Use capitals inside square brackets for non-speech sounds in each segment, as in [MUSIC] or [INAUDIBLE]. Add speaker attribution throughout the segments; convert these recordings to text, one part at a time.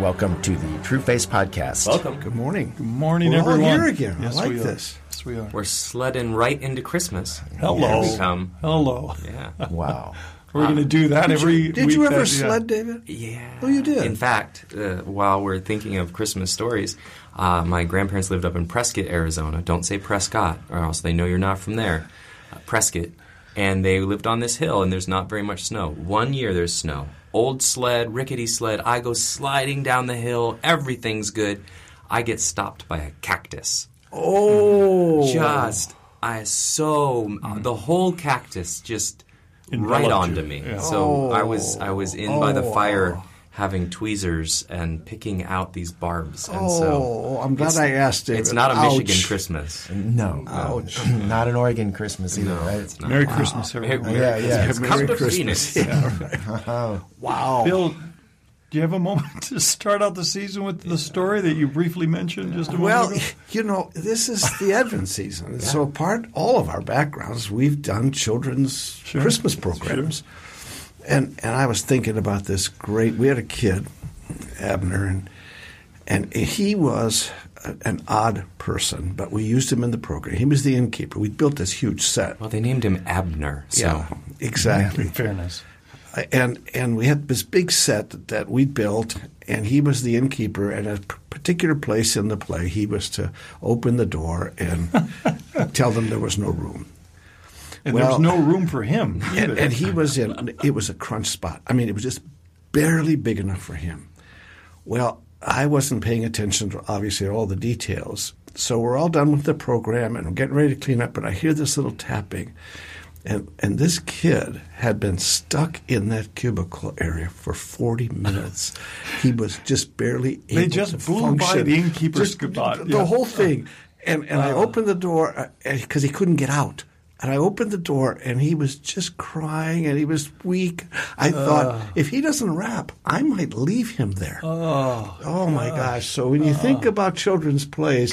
Speaker 1: Welcome to the True Face Podcast.
Speaker 2: Welcome.
Speaker 3: Good morning.
Speaker 4: Good morning,
Speaker 3: We're all
Speaker 4: everyone.
Speaker 3: here again. I
Speaker 4: Yes,
Speaker 3: like
Speaker 4: we are.
Speaker 3: this.
Speaker 4: Yes, we are.
Speaker 2: We're sledding right into Christmas.
Speaker 4: Hello.
Speaker 2: Here we come.
Speaker 4: Hello.
Speaker 2: Yeah.
Speaker 1: [LAUGHS] Wow.
Speaker 4: We're going to do that every.
Speaker 3: Did you
Speaker 4: week
Speaker 3: ever
Speaker 4: that- yeah.
Speaker 3: sled, David?
Speaker 2: Yeah.
Speaker 3: Oh, you did?
Speaker 2: In fact, uh, while we're thinking of Christmas stories, uh, my grandparents lived up in Prescott, Arizona. Don't say Prescott, or else they know you're not from there. Uh, Prescott. And they lived on this hill, and there's not very much snow. One year there's snow. Old sled, rickety sled. I go sliding down the hill. Everything's good. I get stopped by a cactus.
Speaker 3: Oh, Mm-hmm.
Speaker 2: just I so uh, the whole cactus just
Speaker 4: Enveloped
Speaker 2: right onto
Speaker 4: you,
Speaker 2: me.
Speaker 4: yeah.
Speaker 3: Oh.
Speaker 2: So I was I was in by the fire having tweezers and picking out these barbs. And
Speaker 3: Oh,
Speaker 2: so
Speaker 3: I'm glad
Speaker 2: it's-
Speaker 3: I asked, David.
Speaker 2: It's not a Michigan
Speaker 3: Ouch.
Speaker 2: Christmas.
Speaker 1: No. [LAUGHS] not an Oregon Christmas either, right? It's
Speaker 4: Merry Christmas,
Speaker 2: Merry-
Speaker 4: everyone.
Speaker 1: Yeah, yeah.
Speaker 2: It's
Speaker 3: Merry
Speaker 2: come to
Speaker 3: Christmas. [LAUGHS]
Speaker 2: Phoenix. [LAUGHS]
Speaker 3: wow.
Speaker 4: Bill, do you have a moment [LAUGHS] to start out the season with the story that you briefly mentioned just a
Speaker 3: Well,
Speaker 4: moment ago?
Speaker 3: [LAUGHS] you know, this is the Advent season. and So part all of our backgrounds, we've done children's
Speaker 4: Sure.
Speaker 3: Christmas programs. And and I was thinking about this great we had a kid, Abner, and and he was a- an odd person, but we used him in the program. He was the innkeeper. We built this huge set.
Speaker 2: Well, they named him Abner. So
Speaker 3: yeah, exactly.
Speaker 4: Fairness.
Speaker 3: and and we had this big set that, that we built, and he was the innkeeper. And at a p- particular place in the play, he was to open the door and tell them there was no room.
Speaker 4: And there
Speaker 3: Well-
Speaker 4: was no room for him.
Speaker 3: [LAUGHS] And,
Speaker 4: either.
Speaker 3: and he was in. It was a crunch spot. I mean, it was just barely big enough for him. Well, I wasn't paying attention to obviously all the details. So we're all done with the program and I'm getting ready to clean up, but I hear this little tapping. And, and this kid had been stuck in that cubicle area for 40 minutes. He was just barely
Speaker 4: They
Speaker 3: able
Speaker 4: just
Speaker 3: to
Speaker 4: blew by
Speaker 3: function.
Speaker 4: the innkeeper's
Speaker 3: Just
Speaker 4: goodbye,
Speaker 3: The
Speaker 4: yeah. Uh-huh.
Speaker 3: whole
Speaker 4: [LAUGHS]
Speaker 3: thing. And, and I opened the door because he couldn't get out. And I opened the door and he was just crying and he was weak. I
Speaker 4: Uh.
Speaker 3: thought, if he doesn't rap, I might leave him there. Oh my gosh! So when you
Speaker 4: Uh.
Speaker 3: think about children's plays,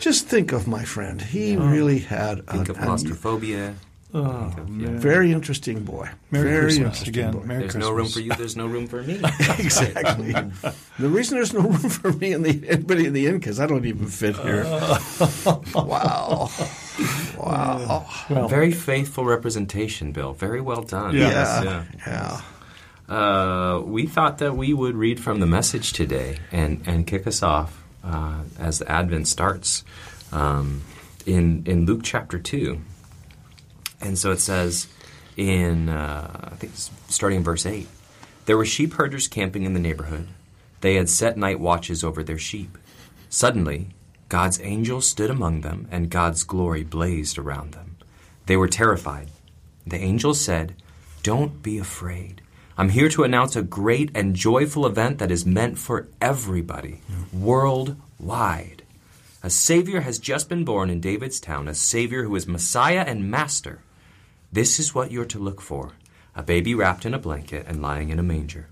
Speaker 3: just think of my friend. He really had
Speaker 2: think
Speaker 3: an,
Speaker 2: of
Speaker 3: an-
Speaker 2: claustrophobia.
Speaker 4: Oh,
Speaker 2: Think of- yeah.
Speaker 3: very interesting boy.
Speaker 4: Merry
Speaker 3: very
Speaker 4: Christmas
Speaker 3: interesting
Speaker 4: again.
Speaker 3: boy.
Speaker 4: Merry
Speaker 2: There's
Speaker 4: Christmas.
Speaker 2: no room for you. There's no room for me.
Speaker 4: [LAUGHS]
Speaker 3: [LAUGHS] exactly. the reason there's no room for me and the anybody in the end because I don't even fit here. wow! Wow!
Speaker 2: Very faithful representation, Bill. Very well done.
Speaker 4: Yeah.
Speaker 3: Yeah.
Speaker 2: yeah.
Speaker 3: Yeah.
Speaker 2: Uh, we thought that we would read from the message today and, and kick us off uh, as the Advent starts um, in, in Luke chapter 2. And so it says in, uh, I think it's starting in verse 8 there were sheep herders camping in the neighborhood. They had set night watches over their sheep. Suddenly, God's angel stood among them, and God's glory blazed around them. They were terrified. The angel said, Don't be afraid. I'm here to announce a great and joyful event that is meant for everybody, worldwide. A Savior has just been born in David's town, a Savior who is Messiah and Master. This is what you're to look for a baby wrapped in a blanket and lying in a manger.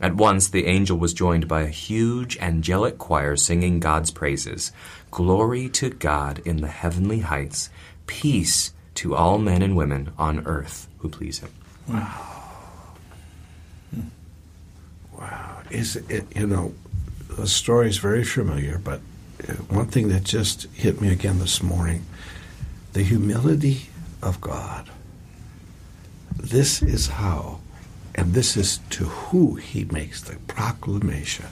Speaker 2: At once the angel was joined by a huge angelic choir singing God's praises Glory to God in the heavenly heights, peace to all men and women on earth who please Him.
Speaker 3: is it, you know the story is very familiar but uh, one thing that just hit me again this morning the humility of god this is how and this is to who he makes the proclamation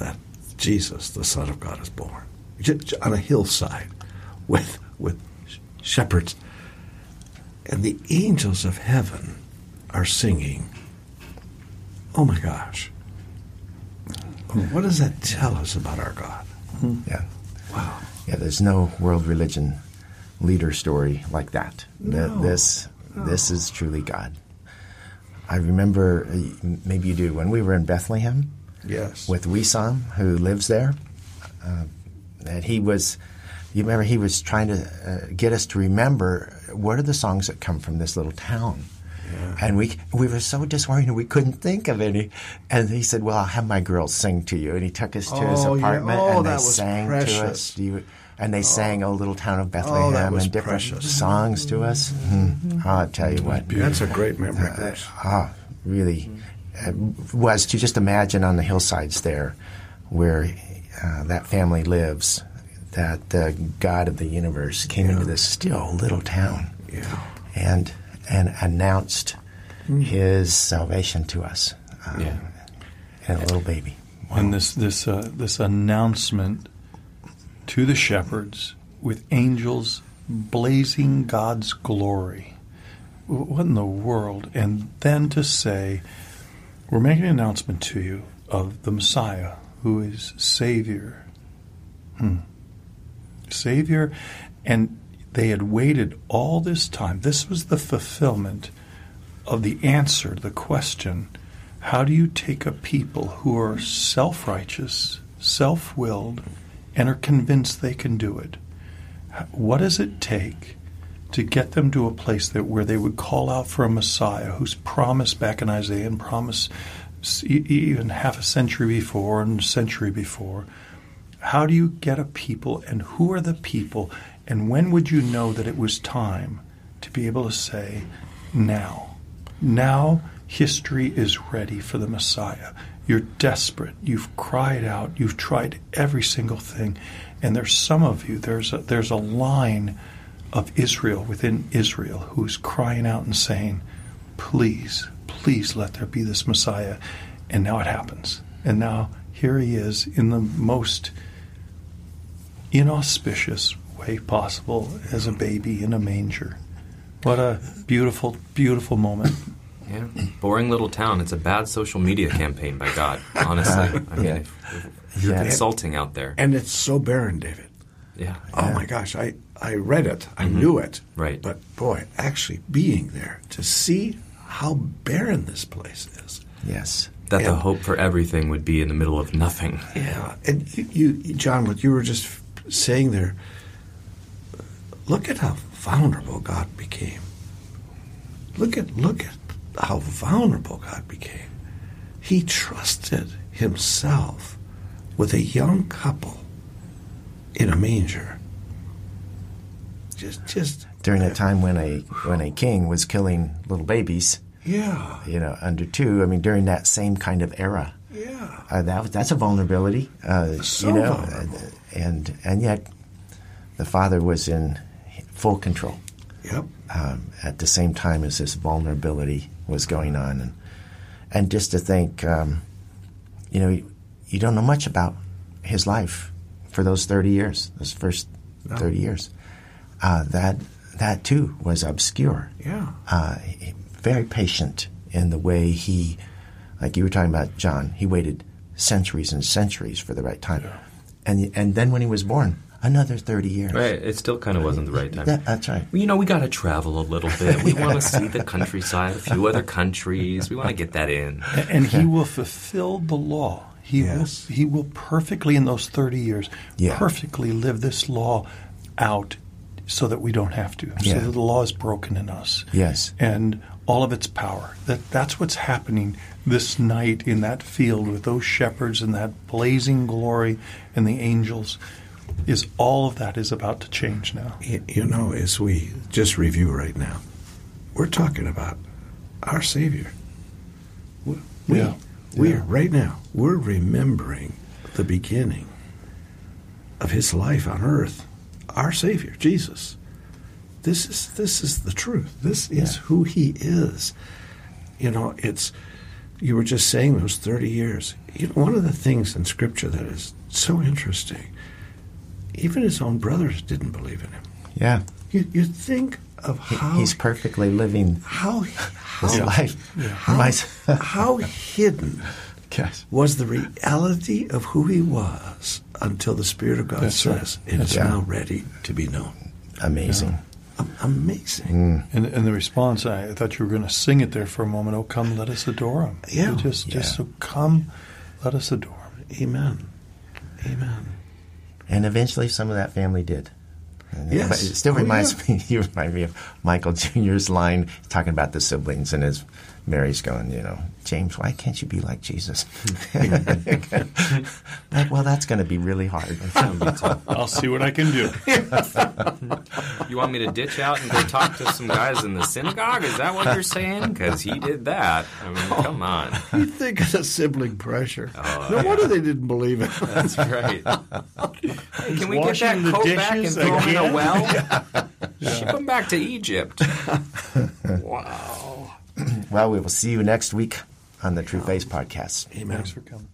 Speaker 3: that jesus the son of god is born Ju- ju- on a hillside [LAUGHS] with with sh- shepherds and the angels of heaven are singing Oh my gosh. What does that tell us about our God?
Speaker 1: Yeah. Wow. Yeah, there's no world religion leader story like that. Th-
Speaker 3: No.
Speaker 1: this this is truly God. I remember, uh, m- maybe you do, when we were in Bethlehem
Speaker 3: Yes.
Speaker 1: with Wissam, who lives there, uh, that he was, you remember, he was trying to uh, get us to remember what are the songs that come from this little town. And we we were so disoriented we couldn't think of any. And he said, "Well, I'll have my girls sing to you." And he took us to his
Speaker 3: Oh, yeah.
Speaker 1: apartment,
Speaker 3: Oh,
Speaker 1: and they
Speaker 3: that was
Speaker 1: sang
Speaker 3: precious. Oh.
Speaker 1: to us. Do you- and they sang "O Little Town of Bethlehem"
Speaker 3: was
Speaker 1: and different
Speaker 3: precious. Mm-hmm.
Speaker 1: songs to us. Hmm. I'll tell you what,
Speaker 2: Uh,
Speaker 3: That's a great memory.
Speaker 1: ah, Uh, really, uh, was to just imagine on the hillsides there where uh, that family lives that the God of the universe came into this still little town
Speaker 3: Yeah.
Speaker 1: and and announced his salvation to us um,
Speaker 2: Hmm. Yeah.
Speaker 1: and a little baby.
Speaker 4: And this this uh, this announcement to the shepherds with angels blazing God's glory. W- What in the world? And then to say, we're making an announcement to you of the Messiah, who is Savior. Hmm. Savior, and they had waited all this time. This was the fulfillment of the answer to the question how do you take a people who are self righteous, self willed, and are convinced they can do it? H- What does it take to get them to a place that where they would call out for a Messiah who's promised back in Isaiah and promised s- e- e- even half a century before and a century before? How do you get a people and who are the people? And when would you know that it was time to be able to say, now? Now history is ready for the Messiah. You're desperate. You've cried out. You've tried every single thing. And there's some of you, there's a, there's a line of Israel within Israel who's crying out and saying, please, please let there be this Messiah. And now it happens. And now here he is in the most inauspicious way possible as a baby in a manger. What a beautiful, beautiful moment.
Speaker 2: Yeah, boring little town. It's a bad social media campaign by God. Honestly, I mean,
Speaker 1: Yeah.
Speaker 2: if, if you're
Speaker 1: Yeah.
Speaker 2: consulting out there.
Speaker 3: And it's so barren, David.
Speaker 2: Yeah, Mm-hmm.
Speaker 3: Oh my gosh, I, I read it, I knew it.
Speaker 2: Right.
Speaker 3: But boy, actually being there to see how barren this place is.
Speaker 1: Yes.
Speaker 2: that the
Speaker 3: and-
Speaker 2: hope for everything would be in the middle of nothing.
Speaker 3: Yeah. And you, you John, what you were just saying there, look at how vulnerable God became. Look at look at how vulnerable God became. He trusted himself with a young couple in a manger. Just just
Speaker 1: During a time when a when a king was killing little babies,
Speaker 3: yeah.
Speaker 1: you know, under two. I mean, during that same kind of era,
Speaker 3: Yeah.
Speaker 1: uh, that was- that's a vulnerability. Uh,
Speaker 3: So
Speaker 1: you know,
Speaker 3: vulnerable.
Speaker 1: and and yet, the father was in full control.
Speaker 3: Yep.
Speaker 1: um, at the same time as this vulnerability was going on, and and just to think, um, you know, you, you don't know much about his life for those thirty years, those first thirty years. Uh, that that too was obscure.
Speaker 3: Yeah.
Speaker 1: Uh, he- very patient in the way he, like you were talking about John, he waited centuries and centuries for the right time, and and then when he was born, another thirty years.
Speaker 2: Right, it still kind of wasn't the right time.
Speaker 1: That- that's right.
Speaker 2: Well, You know, we got to travel a little bit. We
Speaker 4: [LAUGHS]
Speaker 2: want to see the countryside, a few other countries. We want to get that in.
Speaker 4: and he will fulfill the law. He
Speaker 3: Yes.
Speaker 4: will he will perfectly in those 30 years
Speaker 1: Yeah.
Speaker 4: perfectly live this law out so that we don't have to.
Speaker 1: Yeah.
Speaker 4: So that the law is broken in us.
Speaker 1: Yes.
Speaker 4: And all of its power. That that's what's happening this night in that field with those shepherds and that blazing glory and the angels is all of that is about to change now.
Speaker 3: Y- You know, as we just review right now, we're talking about our Savior. We, we-
Speaker 4: Yeah.
Speaker 3: we're right now, we're remembering the beginning of his life on earth, our Savior, Jesus. This is this is the truth. This is
Speaker 1: Yeah.
Speaker 3: who he is. You know, it's you were just saying those 30 years. You know, one of the things in scripture that is so interesting, even his own brothers didn't believe in him.
Speaker 1: Yeah.
Speaker 3: You, you think of how
Speaker 1: He's perfectly living
Speaker 3: how
Speaker 1: [LAUGHS]
Speaker 3: how,
Speaker 1: his life.
Speaker 3: how,
Speaker 1: My-
Speaker 3: how hidden
Speaker 1: [LAUGHS] Yes.
Speaker 3: was the reality of who he was until the Spirit of God
Speaker 4: That's right.
Speaker 3: says it is
Speaker 1: right.
Speaker 3: now ready to be known.
Speaker 1: Amazing.
Speaker 3: A- amazing.
Speaker 1: Mm.
Speaker 4: And, and the response, I thought you were going to sing it there for a moment. Oh, come, let us adore him.
Speaker 3: Yeah.
Speaker 4: Just, just
Speaker 1: Yeah.
Speaker 4: so come, let us adore him.
Speaker 3: Amen. Amen.
Speaker 1: And eventually, some of that family did. And it-
Speaker 3: Yes.
Speaker 1: but It still [LAUGHS]
Speaker 3: Oh,
Speaker 1: reminds me. You remind me of Michael Jr.'s line talking about the siblings and his Mary's going, you know, James, why can't you be like Jesus? [LAUGHS] Like, well, that's going to be really hard.
Speaker 4: I'll see what I can do.
Speaker 2: You want me to ditch out and go talk to some guys in the synagogue? Is that what you're saying? Because he did that. I mean, come on.
Speaker 3: You think of the sibling pressure. no wonder they didn't believe it.
Speaker 2: That's right. Hey, can we get
Speaker 4: washing
Speaker 2: that
Speaker 4: the
Speaker 2: coat back and
Speaker 4: dishes
Speaker 2: throw him in a
Speaker 4: again?
Speaker 2: well?
Speaker 4: [LAUGHS]
Speaker 2: Ship him back to Egypt.
Speaker 1: well, we will see you next week on the True Face podcast.
Speaker 3: Amen.
Speaker 4: Thanks for coming.